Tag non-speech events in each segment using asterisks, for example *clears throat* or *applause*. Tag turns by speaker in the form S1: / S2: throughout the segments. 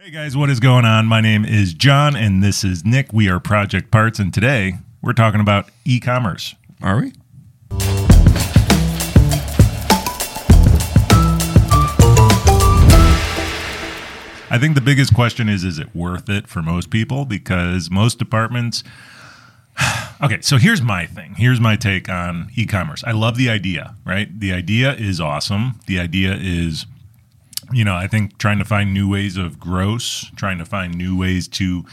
S1: Hey guys, what is going on? My name is John and this is Nick. We are Project Parts and today we're talking about e commerce.
S2: Are we?
S1: I think the biggest question is is it worth it for most people? Because most departments. *sighs* Okay, so here's my thing. Here's my take on e commerce. I love the idea, right? The idea is awesome. The idea is, you know, I think trying to find new ways of gross, trying to find new ways to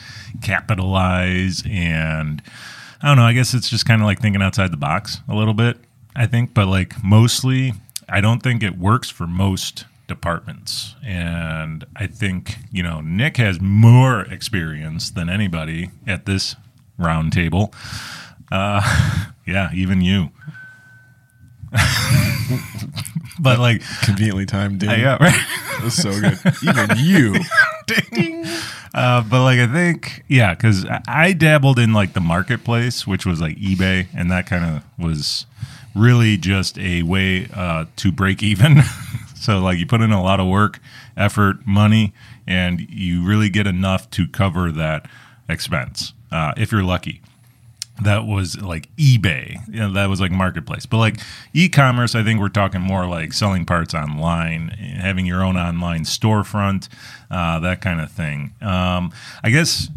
S1: capitalize and. I don't know. I guess it's just kind of like thinking outside the box a little bit, I think. But like mostly, I don't think it works for most departments. And I think, you know, Nick has more experience than anybody at this round table. Uh, *laughs* yeah, even you. *laughs* but like,
S2: Conveniently timed, dude.
S1: yeah, right.
S2: It was so good. Even you.
S1: Uh, but like I think, yeah, because I, I dabbled in like the marketplace, which was like eBay, and that kind of was really just a way uh, to break even. *laughs* so like you put in a lot of work, effort, money, and you really get enough to cover that expense uh, if you're lucky that was like eBay. You know, that was like marketplace. But like e-commerce, I think we're talking more like selling parts online, having your own online storefront, uh, that kind of thing. Um, I guess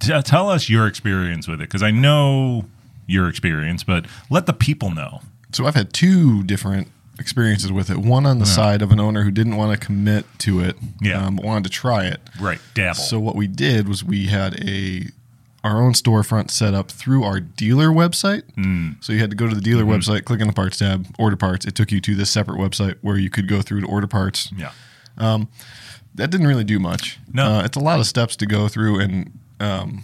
S1: t- tell us your experience with it because I know your experience, but let the people know.
S2: So I've had two different experiences with it. One on the side of an owner who didn't want to commit to it,
S1: Yeah.
S2: um, but wanted to try it.
S1: Right, dabble.
S2: So what we did was we had a our own storefront set up through our dealer website.
S1: Mm.
S2: So you had to go to the dealer
S1: Mm-hmm.
S2: website, click on the parts tab, order parts. It took you to this separate website where you could go through to order parts.
S1: yeah,
S2: That didn't really do much.
S1: No.
S2: uh, it's a lot of steps to go through, and um,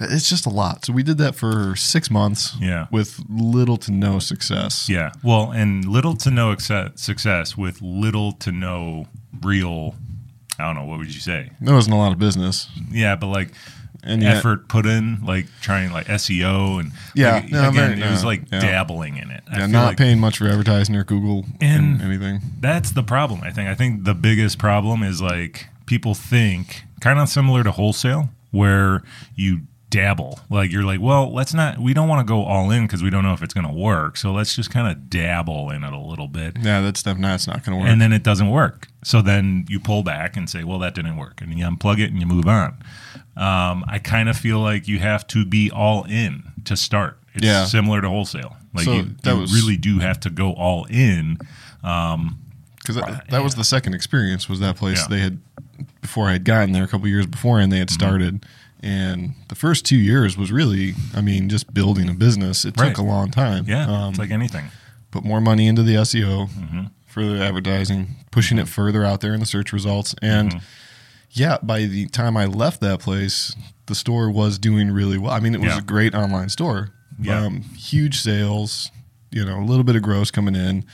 S2: it's just a lot. So we did that for six months.
S1: Yeah.
S2: with little to no success.
S1: yeah. Well, and little to no exce- success with little to no real. I don't know what would you say.
S2: There wasn't a lot of business.
S1: Yeah, but like
S2: And yet-
S1: effort put in, like trying like SEO and
S2: Yeah,
S1: like,
S2: no,
S1: again,
S2: very-
S1: it was
S2: no,
S1: like
S2: yeah.
S1: dabbling in it. I
S2: Yeah,
S1: feel
S2: not
S1: like
S2: paying much for advertising or Google
S1: And-
S2: and anything.
S1: that's the problem. I think. I think the biggest problem is like people think kind of similar to wholesale, where you dabble. Like you're like, well, let's not. We don't want to go all in because we don't know if it's going to work. So let's just kind of dabble in it a little bit.
S2: Yeah, that stuff. Nah, it's not going to work.
S1: and then it doesn't work. So then you pull back and say, "Well, that didn't work," and you unplug it and you move on. Um, I kind of feel like you have to be all in to start. It's
S2: Yeah.
S1: similar to wholesale. Like
S2: So
S1: you,
S2: that
S1: you
S2: was-
S1: really do have to go all in.
S2: because that, that was the second experience was that place
S1: Yeah. Mm-hmm.
S2: they had before I had gotten there a couple years before and they had started and the first two years was really I mean just building a business it
S1: Right.
S2: took a long time
S1: Yeah,
S2: um,
S1: it's like anything.
S2: put more money into the E SEO
S1: Mm-hmm.
S2: further advertising pushing it further out there in the search results and
S1: Mm-hmm.
S2: yeah by the time I left that place the store was doing really well I mean it was
S1: Yeah.
S2: a great online store
S1: Yeah.
S2: um, huge sales you know a little bit of gross coming in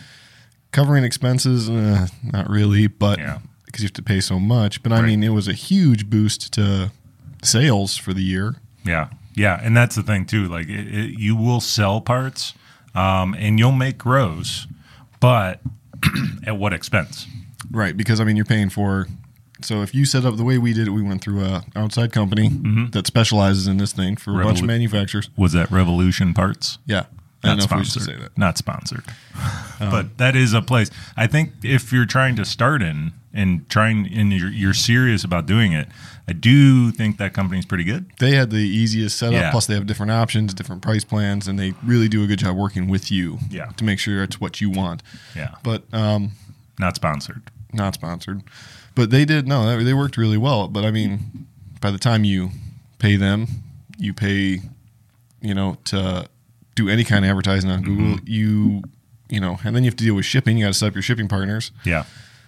S2: covering expenses uh, not really but
S1: Yeah.
S2: because you have to pay so much but i
S1: Right.
S2: mean it was a huge boost to sales for the year
S1: Yeah, yeah, and that's the thing too. Like it, it, you will sell parts, um, and you'll make gross, but *clears throat* at what expense?
S2: right because i mean you're paying for so if you set up the way we did it we went through a outside company
S1: Mm-hmm.
S2: that specializes in this thing for a bunch
S1: Revolu-
S2: of manufacturers
S1: Was that Revolution Parts?
S2: yeah i
S1: not
S2: don't know
S1: sponsored.
S2: if we should say that Um,
S1: Not sponsored. *laughs* but that is a place. I think if you're trying to start in and trying and you're, you're serious about doing it, I do think that company's pretty good.
S2: they had the easiest setup
S1: Yeah.
S2: plus they have different options different price plans and they really do a good job working with you
S1: Yeah.
S2: to make sure it's what you want
S1: Yeah.
S2: but um,
S1: Not sponsored.
S2: not sponsored, but they did. No, they- they worked really well. But I mean, by the time you pay them, you pay, you know, to do any kind of advertising on Google,
S1: Mm-hmm.
S2: you, you know, and then you have to deal with shipping. You got to set up your shipping partners,
S1: Yeah.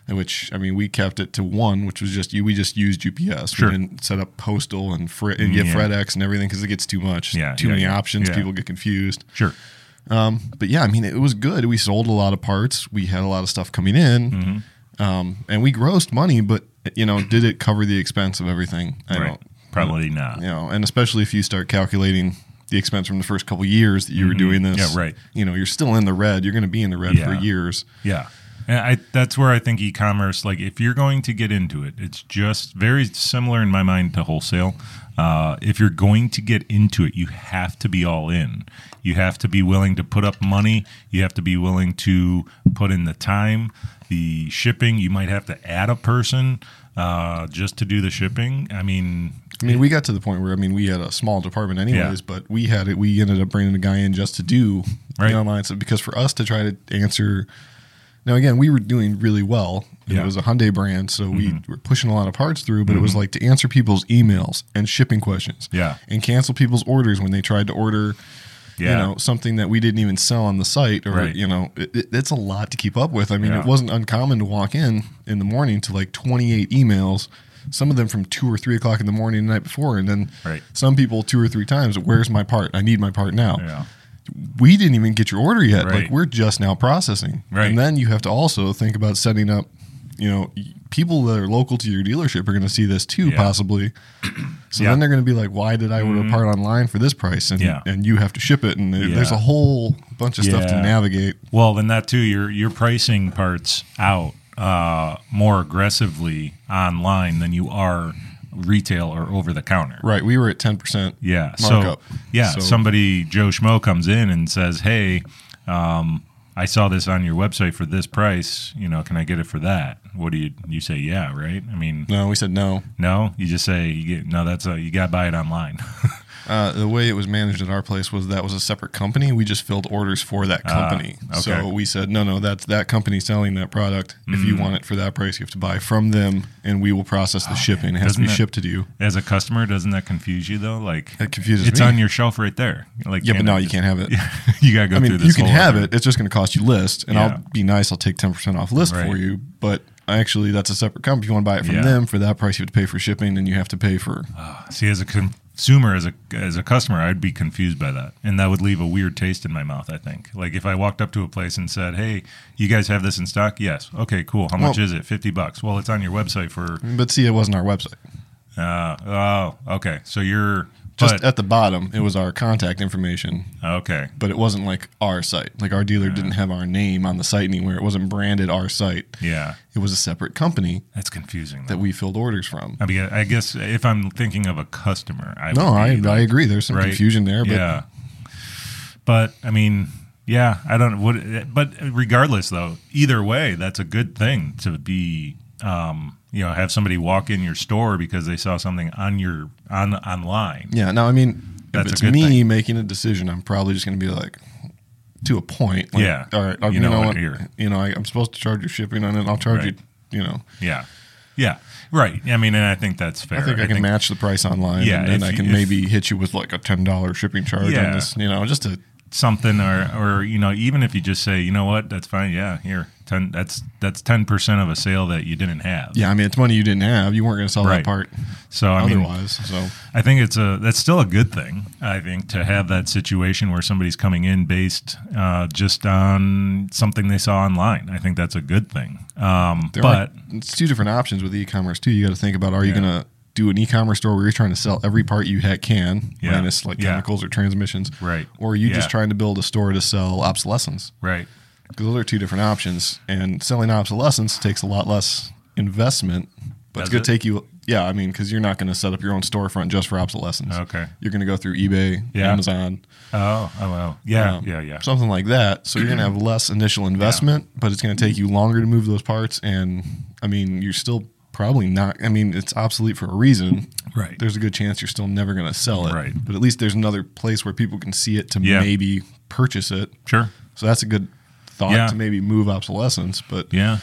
S2: which I mean, we kept it to one, which was just you. We just used UPS.
S1: Sure.
S2: We didn't set up postal and, Fre- and get
S1: Yeah.
S2: FedEx and everything because it gets too much.
S1: Yeah,
S2: too
S1: yeah,
S2: many
S1: yeah.
S2: options.
S1: Yeah.
S2: People get confused
S1: Sure.
S2: but yeah, I mean, it was good. We sold a lot of parts. We had a lot of stuff coming in,
S1: Mm-hmm.
S2: um, and we grossed money. But you know, did it cover the expense of everything? I
S1: Right.
S2: don't,
S1: Probably not.
S2: you know, and especially if you start calculating the expense from the first couple years that you were doing this.
S1: Mm-hmm. Yeah, right.
S2: You know, you're still in the red. You're going to be in the red
S1: Yeah.
S2: for years.
S1: Yeah. And I, that's where I think e-commerce, like if you're going to get into it, it's just very similar in my mind to wholesale. Uh, if you're going to get into it, you have to be all in. You have to be willing to put up money. You have to be willing to put in the time, the shipping. You might have to add a person uh, just to do the shipping. I mean,
S2: I mean, we got to the point where I mean, we had a small department anyways,
S1: Yeah.
S2: but we had it. We ended up bringing a guy in just to do
S1: Right.
S2: the online stuff because for us to try to answer. Now again, we were doing really well. and
S1: Yeah. Mm-hmm.
S2: It was a Hyundai brand, so we were pushing a lot of parts through. But it was like to answer people's emails and shipping questions,
S1: Yeah.
S2: and cancel people's orders when they tried to order,
S1: yeah,
S2: you know, something that we didn't even sell on the site, or
S1: Right.
S2: you know, it, it- it's a lot to keep up with. I mean,
S1: Yeah.
S2: it wasn't uncommon to walk in in the morning to like twenty eight emails, some of them from two or three o'clock in the morning the night before, and then
S1: Right.
S2: some people two or three times. Where's my part? I need my part now.
S1: yeah,
S2: We didn't even get your order yet.
S1: Right.
S2: Like we're just now processing,
S1: Right.
S2: and then you have to also think about setting up. You know, y- people that are local to your dealership are going to see this too,
S1: Yeah. *clears throat*
S2: possibly. So
S1: Yeah. Mm-hmm.
S2: then they're going to be like, "Why did I order a part online for this price?" And
S1: Yeah.
S2: and you have to ship it, and there-
S1: Yeah.
S2: there's a whole bunch of stuff
S1: Yeah.
S2: to navigate.
S1: Well, then that too, you're you're pricing parts out uh, more aggressively online than you are retail or over the counter.
S2: Right, we were at ten percent.
S1: Yeah.
S2: markup.
S1: So yeah,
S2: So-
S1: somebody Joe Schmo comes in and says, "Hey, um, I saw this on your website for this price. You know, can I get it for that?" What do you you say? Yeah, right. I mean,
S2: No, we said no.
S1: no. You just say, you get, "No, that's a you got to buy it online." *laughs*
S2: Uh, the way it was managed at our place was that was a separate company. We just filled orders for that company.
S1: Ah, okay. Mm.
S2: So we said, no, no, that's that company selling that product. If you want it for that price, you have to buy from them, and we will process the shipping. It has to
S1: Doesn't
S2: be
S1: that-
S2: shipped to you.
S1: As a customer, doesn't that confuse you though? Like
S2: That confuses
S1: It's
S2: me.
S1: on your shelf right there. Like
S2: Yeah, but
S1: can't
S2: no,
S1: I
S2: you
S1: just-
S2: can't
S1: *laughs*
S2: have it.
S1: you gotta go
S2: I
S1: through
S2: mean,
S1: this.
S2: you can
S1: whole
S2: have
S1: other-
S2: it. It's just going to cost you list, and
S1: Yeah.
S2: I'll be nice. I'll take ten percent off list for
S1: Right.
S2: you. But actually, that's a separate company. If you want to buy it from
S1: Yeah. Ah.
S2: them for that price, you have to pay for shipping, and you have to pay for.
S1: See, as a consumer, as a as a customer, I'd be confused by that, and that would leave a weird taste in my mouth. I think, like if I walked up to a place and said, "Hey, you guys have this in stock?" Yes. Okay, cool. How much
S2: Well-
S1: is it? Fifty bucks. Well, it's on your website for.
S2: But see, it wasn't our website.
S1: Uh, oh, okay. So you're
S2: Mm-hmm. Just
S1: but-
S2: at the bottom, it was our contact information,
S1: okay.
S2: but it wasn't like our site. Like our dealer didn't have our name on the site anywhere. It wasn't branded our site.
S1: Yeah,
S2: It was a separate company
S1: that's confusing.
S2: that
S1: Though.
S2: we filled orders from.
S1: I mean, I guess if I'm thinking of a customer, I
S2: No,
S1: would be
S2: I,
S1: like-
S2: I agree. There's some
S1: right?
S2: confusion there, but
S1: yeah, but I mean, yeah, I don't. What, but regardless, though, either way, that's a good thing to be. Um, you know, have somebody walk in your store because they saw something on your on online.
S2: Yeah. Now, I mean,
S1: That's a
S2: if it's
S1: good
S2: me
S1: thing.
S2: making a decision, I'm probably just going to be like, to a point. Like,
S1: Yeah.
S2: All right. I,
S1: You
S2: you,
S1: know
S2: know,
S1: what
S2: what?
S1: here."
S2: You know, I, I'm supposed to charge your shipping on it. I'll charge
S1: Right.
S2: you. You know,
S1: Yeah, yeah, right. I mean, and I think that's fair.
S2: I think I can match the price online,
S1: Yeah,
S2: and
S1: if
S2: then I
S1: you-
S2: can
S1: if-
S2: maybe hit you with like a ten dollar shipping charge
S1: Yeah.
S2: on this. You know, just to
S1: something or or you know even if you just say you know what that's fine yeah here 10 that's that's 10% of a sale that you didn't have
S2: yeah. I mean, it's money you didn't have. You weren't going to sell
S1: Right.
S2: that part
S1: so i mean
S2: otherwise. so
S1: I think it's a that's still a good thing. I think to have that situation where somebody's coming in based uh, just on something they saw online. I think that's a good thing. Um,
S2: there
S1: but
S2: are it's two different options with e-commerce too. You got to think about: Are you
S1: Yeah.
S2: going to do an e-commerce store where you're trying to sell every part you ha- can,
S1: Yeah.
S2: minus like
S1: Yeah.
S2: chemicals or transmissions,
S1: Right.
S2: Or are you
S1: Yeah.
S2: just trying to build a store to sell obsolescence?
S1: right,
S2: Because those are two different options, and selling obsolescence takes a lot less investment, but
S1: Does
S2: it's going
S1: it?
S2: to take you. Yeah, I mean, because you're not going to set up your own storefront just for obsolescence.
S1: Okay.
S2: you're going to go through eBay,
S1: Yeah.
S2: Amazon,
S1: oh, oh, oh, yeah,
S2: um,
S1: yeah, yeah,
S2: something like that. So you're going to have less initial investment, but it's going to take you longer to move those parts. And I mean, you're still probably not. I mean, it's obsolete for a reason.
S1: Right.
S2: There's a good chance you're still never going to sell it.
S1: Right.
S2: But at least there's another place where people can see it to
S1: Yeah.
S2: maybe purchase it.
S1: sure,
S2: So that's a good thought
S1: Yeah.
S2: to maybe move obsolescence. But
S1: yeah.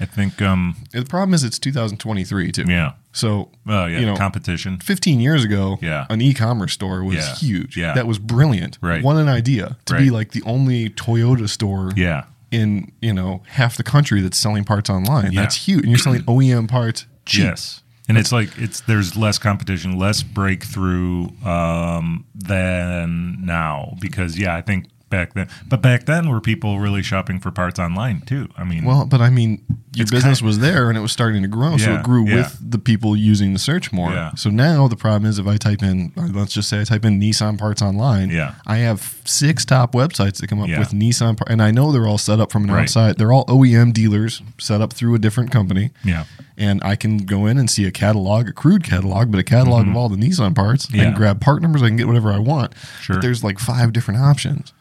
S1: I think, um,
S2: the problem is it's 2023 too.
S1: yeah,
S2: So
S1: oh yeah,
S2: you know,
S1: competition,
S2: 15 years ago,
S1: Yeah.
S2: an e-commerce store was
S1: Yeah.
S2: huge.
S1: Yeah.
S2: That was brilliant.
S1: Right.
S2: What an idea to
S1: Right.
S2: be like the only Toyota store
S1: yeah,
S2: in, you know, half the country that's selling parts online.
S1: Yeah.
S2: That's huge. And you're selling OEM parts cheap.
S1: yes. And it's like it's there's less competition, less breakthrough um, than now because yeah, I think back then. But back then, were people really shopping for parts online too? I mean,
S2: Well, but I mean, your
S1: It's
S2: business
S1: kind-
S2: was there and it was starting to grow, so
S1: Yeah,
S2: it grew
S1: yeah.
S2: with the people using the search more.
S1: Yeah.
S2: So now the problem is if I type in, or let's just say I type in Nissan parts online,
S1: Yeah.
S2: I have six top websites that come up
S1: Yeah.
S2: with Nissan parts, and I know they're all set up from an
S1: Right.
S2: outside. They're all OEM dealers set up through a different company,
S1: yeah,
S2: and I can go in and see a catalog, a crude catalog, but a catalog of all the Nissan parts. I
S1: Mm-hmm. Yeah.
S2: can grab part numbers. I can get whatever I want.
S1: Sure.
S2: But there's like five different options,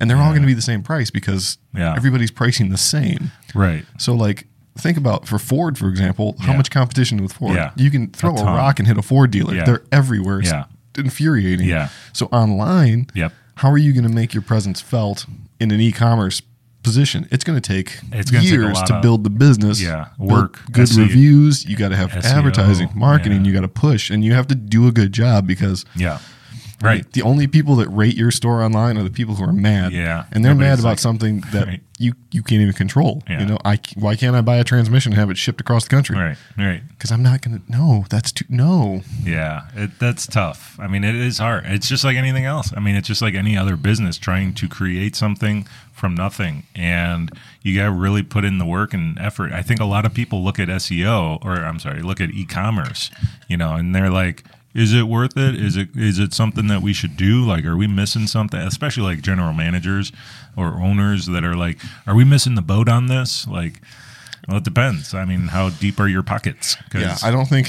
S2: and they're all going to be the same price because
S1: Yeah.
S2: everybody's pricing the same.
S1: right.
S2: So like think about for Ford, for example, how
S1: Yeah.
S2: much competition with Ford.
S1: Yeah.
S2: You can throw
S1: A
S2: a,
S1: ton.
S2: rock and hit a Ford dealer.
S1: Yeah.
S2: They're everywhere. It's
S1: Yeah.
S2: infuriating.
S1: Yeah.
S2: So online,
S1: Yep.
S2: how are you going to make your presence felt in an e-commerce position? It's going to take
S1: It's gonna take a
S2: years
S1: lot
S2: to
S1: of-
S2: build the business.
S1: Yeah,
S2: build
S1: work, E
S2: good
S1: SEO.
S2: reviews. You got to have
S1: SEO,
S2: advertising, marketing.
S1: E yeah.
S2: You got to push, and you have to do a good job because
S1: Yeah, right.
S2: the only people that rate your store online are the people who are mad.
S1: Yeah.
S2: and they're mad
S1: Nobody's
S2: about
S1: like-
S2: something that
S1: Right.
S2: you you can't even control.
S1: Yeah.
S2: You know, I c- why can't I buy a transmission and have it shipped across the country?
S1: Right, right.
S2: Because I'm not gonna. No, that's too. No.
S1: Yeah, it, that's tough. I mean, it is hard. It's just like anything else. I mean, it's just like any other business trying to create something from nothing. And you got to really put in the work and effort. I think a lot of people look at SEO or I'm sorry, look at e commerce, you know, and they're like, is it worth it? Is it is it something that we should do? Like, are we missing something? Especially like general managers or owners that are like, are we missing the boat on this? Like, well, it depends. I mean, how deep are your pockets? 'Cause-
S2: Yeah, I don't think.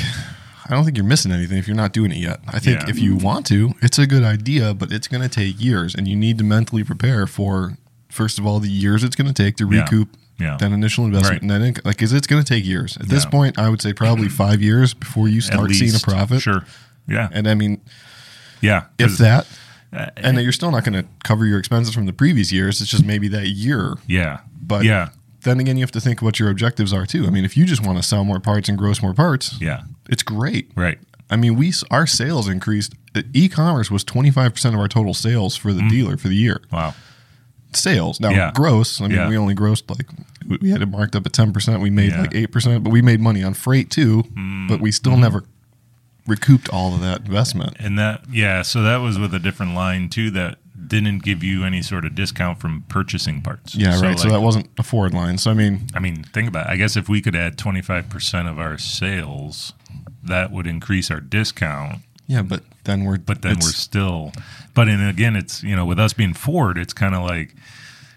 S2: I don't think you're missing anything if you're not doing it yet. I think
S1: Yeah.
S2: if you want to, it's a good idea, but it's going to take years, and you need to mentally prepare for first of all the years it's going to take to
S1: Yeah.
S2: recoup
S1: Yeah.
S2: that initial
S1: Right.
S2: investment, and then inc- like, is it's going to take years? At this
S1: Yeah.
S2: point, I would
S1: *clears throat*
S2: say probably five years before you
S1: at
S2: start seeing a
S1: least.
S2: profit.
S1: Sure. Yeah.
S2: And I mean,
S1: yeah.
S2: if
S1: 'cause-
S2: that,
S1: uh,
S2: and then you're still not going to cover your expenses from the previous years. It's just maybe that year.
S1: yeah.
S2: But
S1: yeah.
S2: then again, you have to think what your objectives are too. I mean, if you just want to sell more parts and gross more parts,
S1: Yeah.
S2: it's great.
S1: Right.
S2: I mean, we s- our sales increased. E-commerce was 25% of our total sales for the dealer for the year.
S1: Wow.
S2: Sales. Now,
S1: Mm. Yeah.
S2: gross, I mean,
S1: Yeah.
S2: we only grossed like we- we had it marked up at 10%, we
S1: Yeah.
S2: made
S1: Mm. Mm-hmm.
S2: like 8%, but we made money on freight too, but we still never recouped all of that investment.
S1: And that yeah, so that was with a different line too that didn't give you any sort of discount from purchasing parts.
S2: Yeah, right. so
S1: like,
S2: that wasn't a Ford line. So I mean,
S1: I mean, think about it. I guess if we could add twenty five percent of our sales, that would increase our discount.
S2: yeah, but then we're
S1: but then
S2: it's-
S1: we're still but and again it's you know with us being ford it's kind of like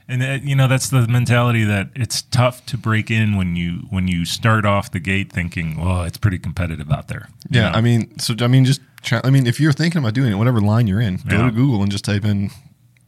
S1: and uh, you know that's the mentality that it's tough to break in when you when you start off the gate thinking well it's pretty competitive out there You
S2: yeah.
S1: know?
S2: I mean, so I mean, just try, I mean, if you're thinking about doing it, whatever line you're in, go
S1: Yeah.
S2: to Google and just type in,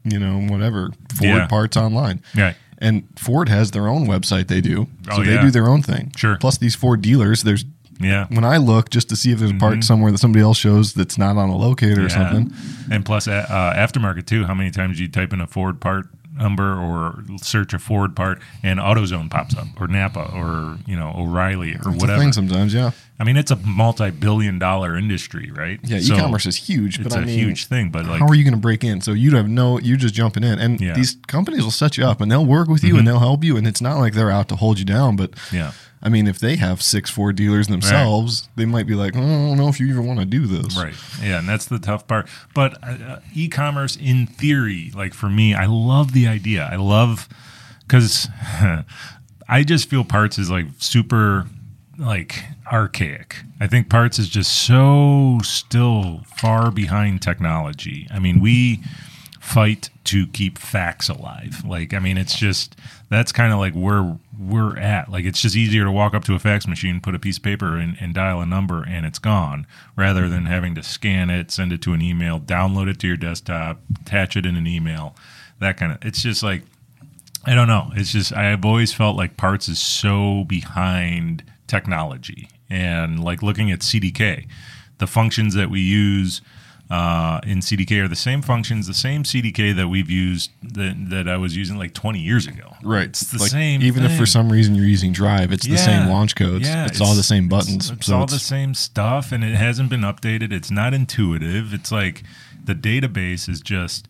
S2: you know, whatever Ford
S1: Yeah.
S2: parts online.
S1: Yeah.
S2: And Ford has their own website. They do, so
S1: Oh,
S2: they
S1: yeah.
S2: do their own thing.
S1: Sure.
S2: Plus, these Ford dealers, there's
S1: yeah Mm-hmm.
S2: when I look just to see if there's a part somewhere that somebody else shows that's not on a locator
S1: Yeah.
S2: or something.
S1: and plus uh, uh, aftermarket too how many times do you type in a ford part number or search a ford part and autozone pops up or napa or you know o'reilly or
S2: It's a
S1: whatever
S2: thing sometimes, yeah,
S1: i mean it's a multi-billion dollar industry right
S2: yeah.
S1: So
S2: e-commerce is huge, but
S1: it's
S2: I
S1: a
S2: mean,
S1: huge thing but like
S2: how are you going to break in? So you'd have no, you're just jumping in, and
S1: Yeah. Mm-hmm.
S2: these companies will set you up, and they'll work with you, and they'll help you, and it's not like they're out to hold you down. But
S1: Yeah.
S2: I mean, if they have six four dealers themselves, they might be like, oh, I don't know if you even want to do this,
S1: Right. Yeah, and that's the tough part. But uh, uh, e-commerce in theory, like for me, I love the idea. I love cuz *laughs* I just feel parts is like super like archaic. I think parts is just so still far behind technology. I mean, we fight to keep facts alive. Like, I mean, it's just that's kind of like where we're at. Like, it's just easier to walk up to a fax machine, put a piece of paper in, and dial a number, and it's gone, rather than having to scan it, send it to an email, download it to your desktop, attach it in an email, that kind of. It's just like I don't know. It's just I've always felt like parts is so behind technology, and like looking at CDK, the functions that we use uh, in CDK are the same functions, the same CDK that we've used that, that I was using like 20 years ago.
S2: Right.
S1: It's the same.
S2: Even if for
S1: thing.
S2: some reason you're using Drive, it's the same
S1: Yeah.
S2: launch codes.
S1: Yeah,
S2: it's, all the same
S1: It's,
S2: buttons.
S1: it's
S2: so
S1: all
S2: it's,
S1: the same stuff, and it hasn't been updated. It's not intuitive. It's like the database is just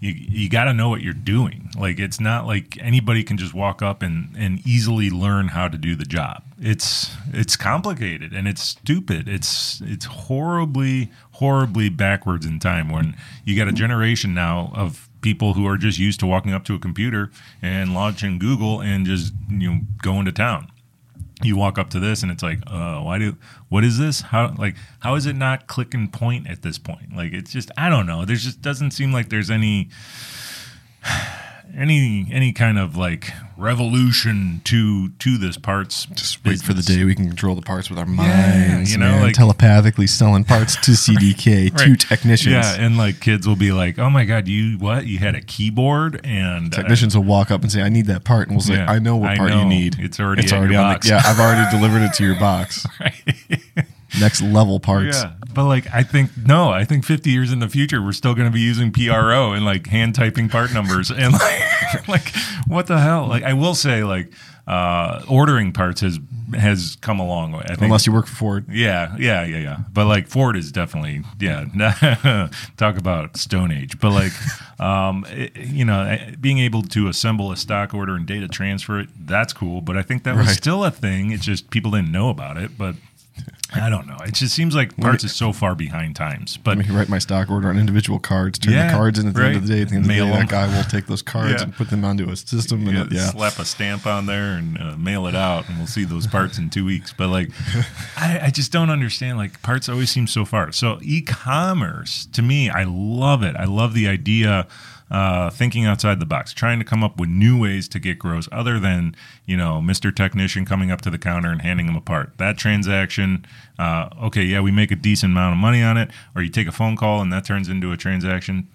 S1: you. You got to know what you're doing. Like it's not like anybody can just walk up and and easily learn how to do the job. it's it's complicated and it's stupid. It's it's horribly horribly backwards in time when you got a generation now of people who are just used to walking up to a computer and launching Google and just you know going to town. You walk up to this and it's like, uh, why do what is this? How like how is it not click and point at this point? Like it's just I don't know. There's just doesn't seem like there's any *sighs* any any kind of like revolution to to this parts
S2: Just wait for the
S1: business.
S2: day we can control the parts with our
S1: Yeah,
S2: minds.
S1: you know,
S2: man.
S1: like-
S2: telepathically selling parts to
S1: *laughs*
S2: CDK
S1: Right.
S2: to technicians.
S1: Yeah, and like kids will be like, "Oh my god, you what? You had a keyboard and uh, *laughs*
S2: Technicians will walk up and say, "I need that part," and we'll say,
S1: Yeah,
S2: "I know what
S1: I
S2: part
S1: know.
S2: you need.
S1: It's already in your box."
S2: The, yeah, I've
S1: *laughs*
S2: already delivered it to your box. Next level parts.
S1: Yeah, but like I think no, I think 50 years in the future we're still going to be using PRO and like hand typing part numbers *laughs* and like, like what the hell? Like I will say like uh, ordering parts has has come a long way. I think
S2: Unless you work for Ford.
S1: Yeah, yeah, yeah, yeah. But like Ford is definitely yeah. *laughs* talk about Stone Age. But like, *laughs* um, it- you know, eh, being able to assemble a stock order and data transfer it, that's cool. But I think that was
S2: Right.
S1: still a thing. It's just people didn't know about it. But I don't know. It just seems like parts is so far behind times. But
S2: I mean, write my stock order on individual cards, turn
S1: Yeah,
S2: the cards in at the end of
S1: right.
S2: the day. At the end of the
S1: Mail
S2: day,
S1: them.
S2: that guy will take those cards
S1: Yeah.
S2: and put them onto a system.
S1: yeah,
S2: And yeah,
S1: slap a stamp on there and uh, mail it out, and we'll see those parts in two weeks. But like, *laughs* I, I just don't understand. Like, parts always seem so far. So e-commerce to me, I love it. I love the idea. Uh, thinking outside the box, trying to come up with new ways to get gross other than, you know, Mr. Technician coming up to the counter and handing them a part. That transaction, uh, okay, yeah, we make a decent amount of money on it, or you take a phone call and that turns into a transaction.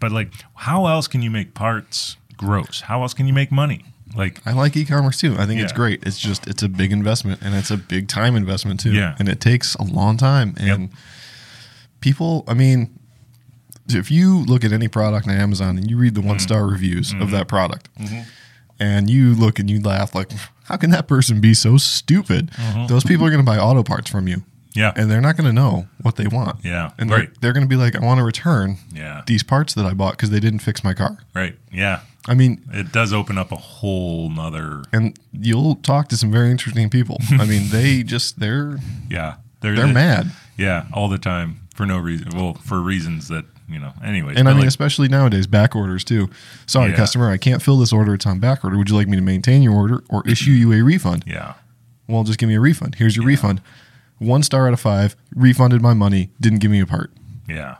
S1: But, like, how else can you make parts gross. How else can you make money? Like,
S2: I like e-commerce too. I think it's
S1: Yeah.
S2: great. It's just it's a big investment and it's a big time investment too.
S1: Yeah.
S2: And it takes a long time. And people, I mean, if you look at any product on Amazon and you read the
S1: Mm-hmm.
S2: one star reviews of that product and you look and you laugh like how can that person be so stupid? Those people are gonna buy auto parts from you.
S1: Mm-hmm. Yeah.
S2: And they're not gonna know what they want.
S1: Yeah,
S2: And they're,
S1: right.
S2: they're gonna be like, I want to return
S1: Yeah.
S2: these parts that I bought because they didn't fix my car.
S1: right? Yeah,
S2: I mean,
S1: it does open up a whole nother.
S2: and you'll talk to some very interesting
S1: *laughs*
S2: people. I mean, they just they're
S1: Yeah,
S2: they're mad,
S1: Yeah, all the time for no reason. Well, for reasons that you know. Anyways,
S2: and I
S1: but,
S2: mean,
S1: like,
S2: especially nowadays, back orders too. Sorry,
S1: Yeah.
S2: customer, I can't fill this order. It's on back order. Would you like me to maintain your order or issue you a refund?
S1: yeah,
S2: Well, just give me a refund. Here's your refund. One star out of five. Refunded my money. Didn't give me a part.
S1: yeah.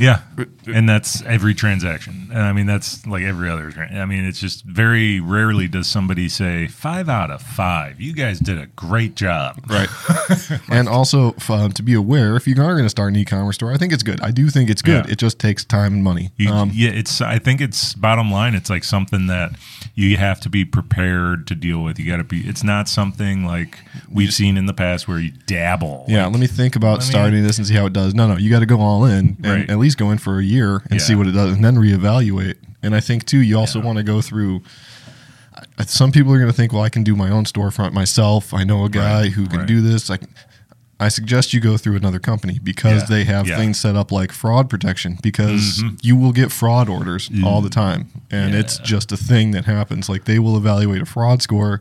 S1: Yeah, and that's every transaction. And I mean, that's like every other. tran- I mean, it's just very rarely does somebody say five out of five. You guys did a great job. *laughs*
S2: Right. and also f- um, to be aware, if you are going to start an e-commerce store, I think it's good. I do think it's good.
S1: Yeah.
S2: It just takes time and money.
S1: You,
S2: um,
S1: yeah, it's. I think it's bottom line. It's like something that you have to be prepared to deal with. You got to be. It's not something like we've seen in the past where you dabble.
S2: Yeah, let me think about
S1: me-
S2: starting this and see how it does. No, no, you got to go all in and
S1: Right.
S2: at least go in for a year and see
S1: Yeah.
S2: what it does, and then reevaluate. And I think too, you also want to go through. I- Some people are going to think, well, I can do my own storefront myself. I know a guy
S1: Right,
S2: who can
S1: right.
S2: do this. I, can, I suggest you go through another company because
S1: Yeah,
S2: they have
S1: yeah. Mm-hmm.
S2: things set up like fraud protection because you will get fraud orders all the time. And it's
S1: Yeah.
S2: just a thing that happens. Like they will evaluate a fraud score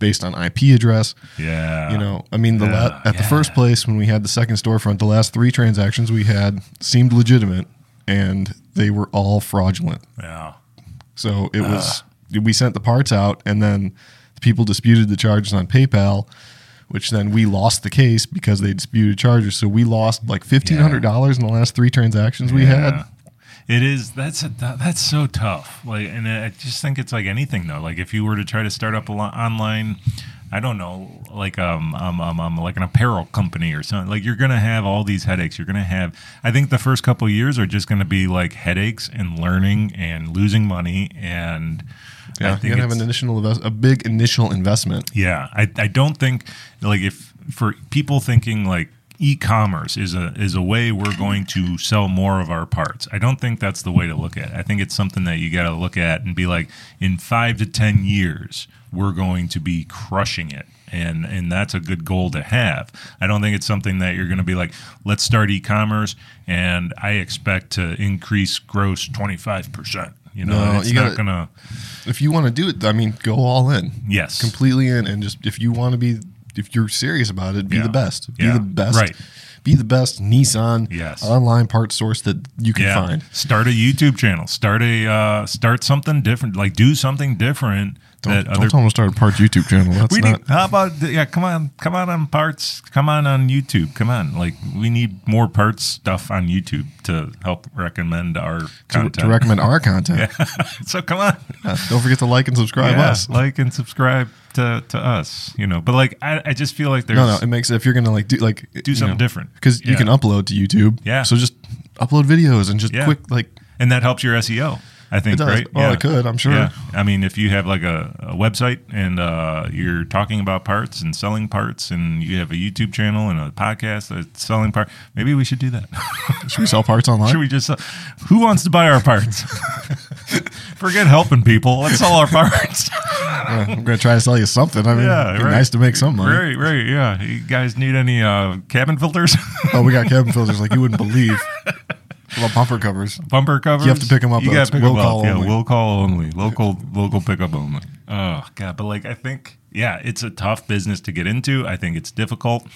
S2: based on IP address.
S1: Yeah.
S2: You know, I mean, the la-
S1: Uh, Yeah,
S2: at the
S1: yeah.
S2: first place when we had the second storefront, the last three transactions we had seemed legitimate, and they were all fraudulent.
S1: Yeah.
S2: So it was
S1: Ah.
S2: we sent the parts out, and then the people disputed the charges on PayPal, which then we lost the case because they disputed charges. So we lost like fifteen hundred dollars in the last three transactions we had.
S1: It is. That's a, that's so tough. Like, and I just think it's like anything though. Like, if you were to try to start up a lo- online, I don't know, like um, um, um, um like an apparel company or something. Like, you're gonna have all these headaches. You're gonna have. I think the first couple of years are just gonna be like headaches and learning and losing money and. I
S2: Yeah,
S1: think
S2: you're gonna have
S1: it's-
S2: an initial invest- a big initial investment.
S1: yeah, I, I don't think like if for people thinking like e-commerce is a is a way we're going to sell more of our parts. I don't think that's the way to look at it. I think it's something that you got to look at and be like in 5 to 10 years we're going to be crushing it. And and that's a good goal to have. I don't think it's something that you're going to be like let's start e-commerce and I expect to increase gross 25%. You know,
S2: No,
S1: it's
S2: you
S1: not
S2: gotta-
S1: gonna.
S2: If you want to do it, I mean, go all in,
S1: Yes,
S2: completely in, and just if you want to be, if you're serious about it, be
S1: Yeah.
S2: the best. Be
S1: Yeah.
S2: the best.
S1: Right.
S2: Be the best Nissan
S1: Yes.
S2: online part source that you can
S1: yeah.
S2: find.
S1: Start a YouTube channel. Start a uh, start something different. Like do something different
S2: Don't,
S1: that
S2: don't
S1: other
S2: tell them to start a parts YouTube channel. That's
S1: we
S2: not.
S1: need. How about the- yeah? Come on, come on on parts. Come on on YouTube. Come on, like we need more parts stuff on YouTube to help recommend our
S2: to,
S1: content.
S2: to recommend our
S1: *laughs*
S2: content.
S1: so come on,
S2: Yeah, Don't forget to like and subscribe
S1: Yeah,
S2: us.
S1: like and subscribe to to us. You know, but like I, I just feel like there's
S2: No, no, it makes if you're gonna like do like
S1: do something different
S2: because you
S1: Yeah.
S2: can upload to YouTube.
S1: Yeah.
S2: So just upload videos and just
S1: Yeah.
S2: quick like
S1: and that helps your SEO. I think
S2: it does.
S1: right.
S2: Well, it could. I'm sure.
S1: Yeah. I mean, if you have like a, a website and uh, you're talking about parts and selling parts, and you have a YouTube channel and a podcast that's selling part, maybe we should do that. *laughs*
S2: Should we sell parts online?
S1: Should we just? Sell? Who wants to buy our parts? *laughs* Forget helping people. Let's sell our parts. *laughs*
S2: Yeah, Uh, I'm gonna try to sell you something. I mean,
S1: yeah,
S2: it'd be
S1: right.
S2: nice to make some money.
S1: Right, right. Yeah. You guys need any uh, cabin filters, *laughs*
S2: Oh, we got cabin filters like you wouldn't believe. Well, bumper covers.
S1: bumper covers?
S2: have to pick 'em up,
S1: You
S2: though.
S1: got
S2: It's
S1: to pick
S2: will
S1: them
S2: call
S1: up. Yeah,
S2: only.
S1: will call only. Local, local pickup only. Oh God, but like I think, yeah, it's a tough business to get into. I think it's difficult.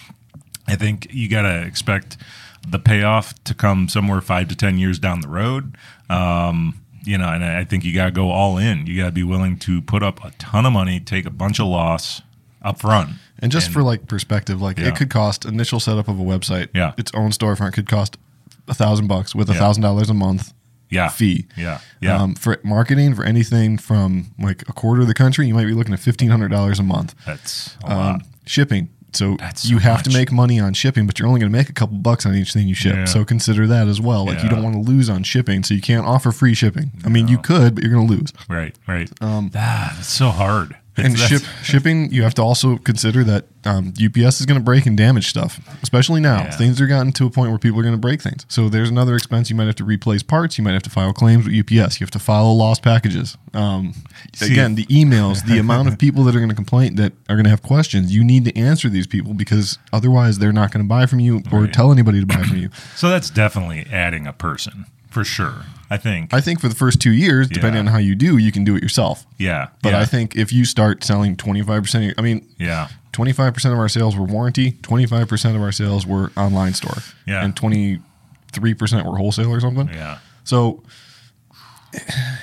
S1: I think you got to expect the payoff to come somewhere five to 10 years down the road. Um, you know, and I I think you got to go all in. You got to be willing to put up a ton of money, take a bunch of loss up front.
S2: And just for like perspective, like
S1: Yeah.
S2: it could cost initial setup of a website.
S1: Yeah.
S2: Its own storefront could cost a thousand bucks with a
S1: Yeah.
S2: thousand dollars a month
S1: yeah.
S2: fee.
S1: Yeah. Yeah.
S2: Um, for marketing, for anything from like a quarter of the country, you might be looking at fifteen hundred dollars a month.
S1: That's a lot.
S2: Um, shipping. So
S1: That's so
S2: you have to
S1: much.
S2: make money on shipping, but you're only going to make a couple bucks on each thing you ship.
S1: Yeah.
S2: So consider that as well. Like you
S1: Yeah.
S2: don't want to lose on shipping, so you can't offer free shipping. I mean, you could, but you're going to lose.
S1: Right. Right. Um, ah, that's so hard.
S2: *laughs* And
S1: That's-
S2: ship shipping, you have to also consider that um, UPS is going to break and damage stuff, especially now.
S1: Yeah.
S2: Things are gotten to a point where people are going to break things. So there's another expense. You might have to replace parts. You might have to file claims with UPS. You have to file lost packages. Um,
S1: See-
S2: again, the emails, the amount
S1: *laughs*
S2: of people that are going to complain that are going to have questions. You need to answer these people because otherwise they're not going to buy from you or tell anybody to buy from you.
S1: So that's definitely adding a person for sure. I think.
S2: I think for the first two years, depending
S1: Yeah.
S2: on how you do, you can do it yourself.
S1: yeah.
S2: But
S1: yeah,
S2: I think if you start selling 25%, of your, I mean,
S1: Yeah.
S2: 25% of our sales were warranty, 25% of our sales were online store,
S1: Yeah.
S2: and 23% were wholesale or something.
S1: Yeah.
S2: So,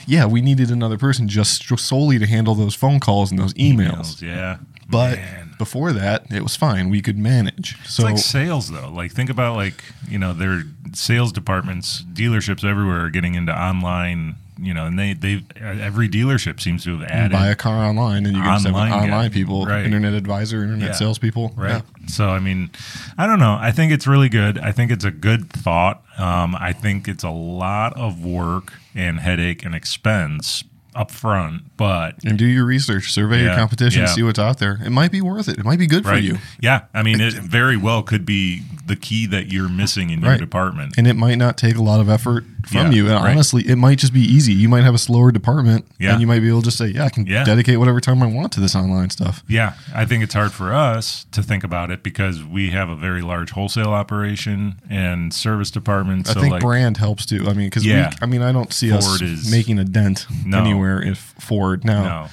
S2: yeah, we needed another person just stro- solely to handle those phone calls and those emails.
S1: Emails, Yeah.
S2: But
S1: Man.
S2: before that, it was fine. We could manage. So,
S1: It's like sales though. Like think about like, you know, their sales departments, dealerships everywhere are getting into online, you know, and they they every dealership seems to have
S2: you
S1: added
S2: buy a car online and you can just have
S1: Online guy.
S2: online people,
S1: Right.
S2: internet advisor, internet
S1: Yeah.
S2: salespeople.
S1: right? So I mean, I don't know. I think it's really good. I think it's a good thought. Um, I think it's a lot of work and headache and expense up front, but
S2: Yeah. And do your research, survey your
S1: Yeah.
S2: competition,
S1: Yeah.
S2: see what's out there. It might be worth it. It might be good for
S1: right.
S2: you.
S1: Yeah, I mean, it
S2: *laughs*
S1: very well could be the key that you're missing in your
S2: Right.
S1: department.
S2: and it might not take a lot of effort from
S1: Yeah,
S2: you. And
S1: right.
S2: honestly, it might just be easy. You might have a slower department,
S1: Yeah.
S2: and you might be able to just say, "Yeah, I can
S1: Yeah.
S2: dedicate whatever time I want to this online stuff."
S1: Yeah, I think it's hard for us to think about it because we have a very large wholesale operation and service department. So
S2: I think
S1: like,
S2: brand helps too. I mean, because
S1: Yeah.
S2: I mean, I don't see us
S1: Ford is-
S2: making a dent
S1: No.
S2: anywhere if Ford now.
S1: No.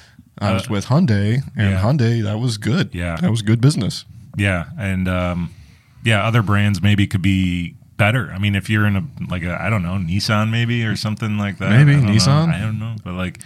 S1: Uh,
S2: I was with Hyundai, and
S1: yeah.
S2: Hyundai that was good.
S1: Yeah.
S2: that was good business.
S1: Yeah, and um, yeah, other brands maybe could be better. I mean, if you're in a like a I don't know Nissan maybe or something like that.
S2: Maybe
S1: I don't know.
S2: Nissan?
S1: I don't know, but like,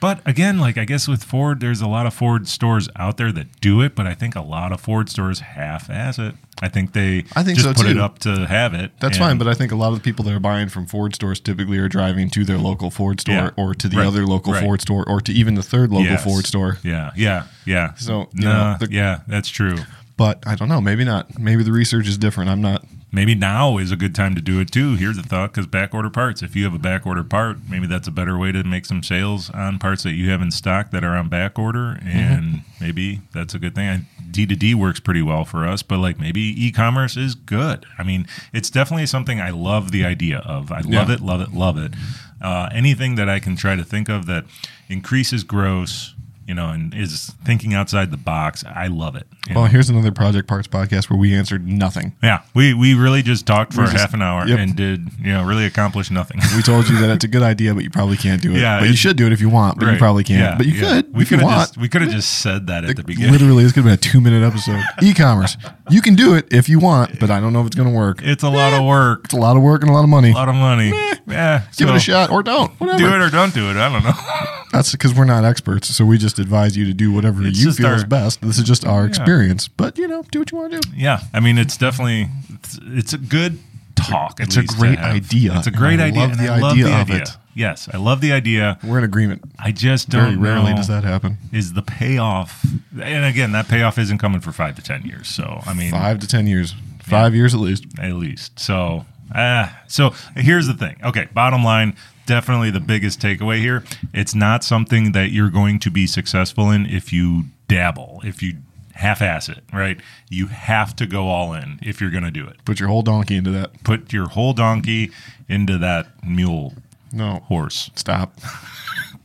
S1: but again, like I guess with Ford, there's a lot of Ford stores out there that do it, but I think a lot of Ford stores half-ass it. I think they
S2: I think
S1: just
S2: so,
S1: put it
S2: too.
S1: up to have it.
S2: That's
S1: and-
S2: fine, but I think a lot of the people that are buying from Ford stores typically are driving to their local Ford store
S1: Yeah.
S2: or to the
S1: Right.
S2: other local
S1: Right.
S2: Ford store or to even the third local
S1: Yes.
S2: Ford store.
S1: Yeah, yeah, yeah.
S2: So, you know,
S1: nah,
S2: the-
S1: yeah, that's true.
S2: But I don't know. Maybe not. Maybe the research is different. I'm not.
S1: Maybe now is a good time to do it too. Here's a thought because back order parts. If you have a back order part, maybe that's a better way to make some sales on parts that you have in stock that are on back order. And maybe that's a good thing. D2D works pretty well for us, but like maybe e commerce is good. I mean, it's definitely something I love the idea of. I love
S2: Yeah.
S1: it, love it, love it. Uh, anything that I can try to think of that increases gross you know, and is thinking outside the box. I love it. you
S2: Well,
S1: know.
S2: here's another Project Parts podcast where we answered nothing.
S1: Yeah, we we really just talked for
S2: We're just-
S1: half an hour
S2: yep.
S1: and did you know really accomplish nothing.
S2: We told you that it's a good idea, but you probably can't do it.
S1: Yeah,
S2: but you
S1: it's-
S2: should do it if you want, but you
S1: Right.
S2: probably can't.
S1: Yeah,
S2: but you
S1: yeah.
S2: could
S1: We
S2: if you
S1: could have
S2: want.
S1: just we could have just said that at the beginning.
S2: Literally, this could have been a two
S1: *laughs*
S2: minute episode. E-commerce. You can do it if you want, but I don't know if it's going to work.
S1: It's a lot of work,
S2: It's a lot of work and a lot of money.
S1: a lot of money. Yeah,
S2: Give it
S1: so
S2: a shot or don't. Whatever.
S1: Do it or don't do it. I don't know. *laughs*
S2: That's because we're not experts, so we just advise you to do whatever
S1: It's
S2: you
S1: just
S2: feel
S1: our-
S2: is best. This is just our experience, but you know, do what you want to do.
S1: yeah, I mean it's definitely it's, it's a good talk. at
S2: It's a
S1: least to
S2: great
S1: have.
S2: idea,
S1: It's a
S2: and
S1: great
S2: I
S1: idea.
S2: love
S1: and
S2: the
S1: I love
S2: idea
S1: the
S2: of
S1: idea.
S2: it.
S1: Yes, I love the idea.
S2: We're in agreement.
S1: I just don't
S2: Very rarely
S1: know.
S2: does that happen.
S1: is the payoff. And again, that payoff isn't coming for five to ten years. So I mean,
S2: Five to ten years, five years at least.
S1: at least. So ah, so here's the thing. Okay, bottom line, definitely the biggest takeaway here. It's not something that you're going to be successful in if you dabble, if you half-ass it. Right? You have to go all in if you're going to do it.
S2: Put your whole donkey into that.
S1: Put your whole donkey into that mule,
S2: No,
S1: horse,
S2: stop.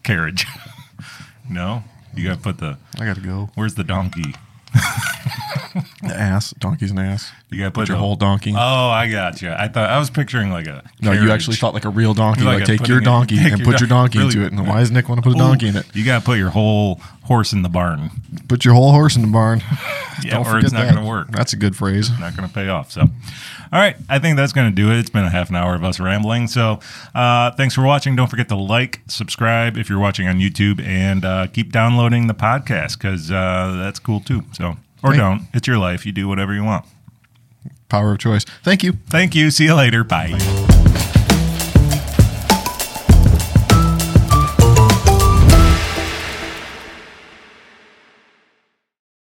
S1: carriage. *laughs* no, you got to put the.
S2: *laughs* I gotta go.
S1: Where's the donkey?
S2: The ass, donkey's an ass.
S1: You got to
S2: Put
S1: put
S2: your
S1: the-
S2: whole donkey.
S1: Oh, I got you. I thought I was picturing like a.
S2: no, you
S1: carriage.
S2: actually thought like a real donkey.
S1: Like
S2: Like,
S1: a
S2: take
S1: putting
S2: your
S1: it-
S2: donkey
S1: take
S2: and
S1: your
S2: put your
S1: don-
S2: donkey
S1: really-
S2: into it. And why does Nick want to put a donkey in it?
S1: You got to put your whole horse in the barn.
S2: Put your whole horse in the barn.
S1: Yeah, or
S2: forget
S1: it's not
S2: that.
S1: going to work.
S2: That's a good phrase.
S1: Not going to pay off. So, all right, I think that's going to do it. It's been a half an hour of us rambling. So, uh, thanks for watching. Don't forget to like, subscribe if you're watching on YouTube, and uh, keep downloading the podcast because uh, that's cool too. So, or
S2: Thank-
S1: don't. It's your life. You do whatever you want.
S2: Power of choice. Thank you.
S1: Thank you. See you later. Bye.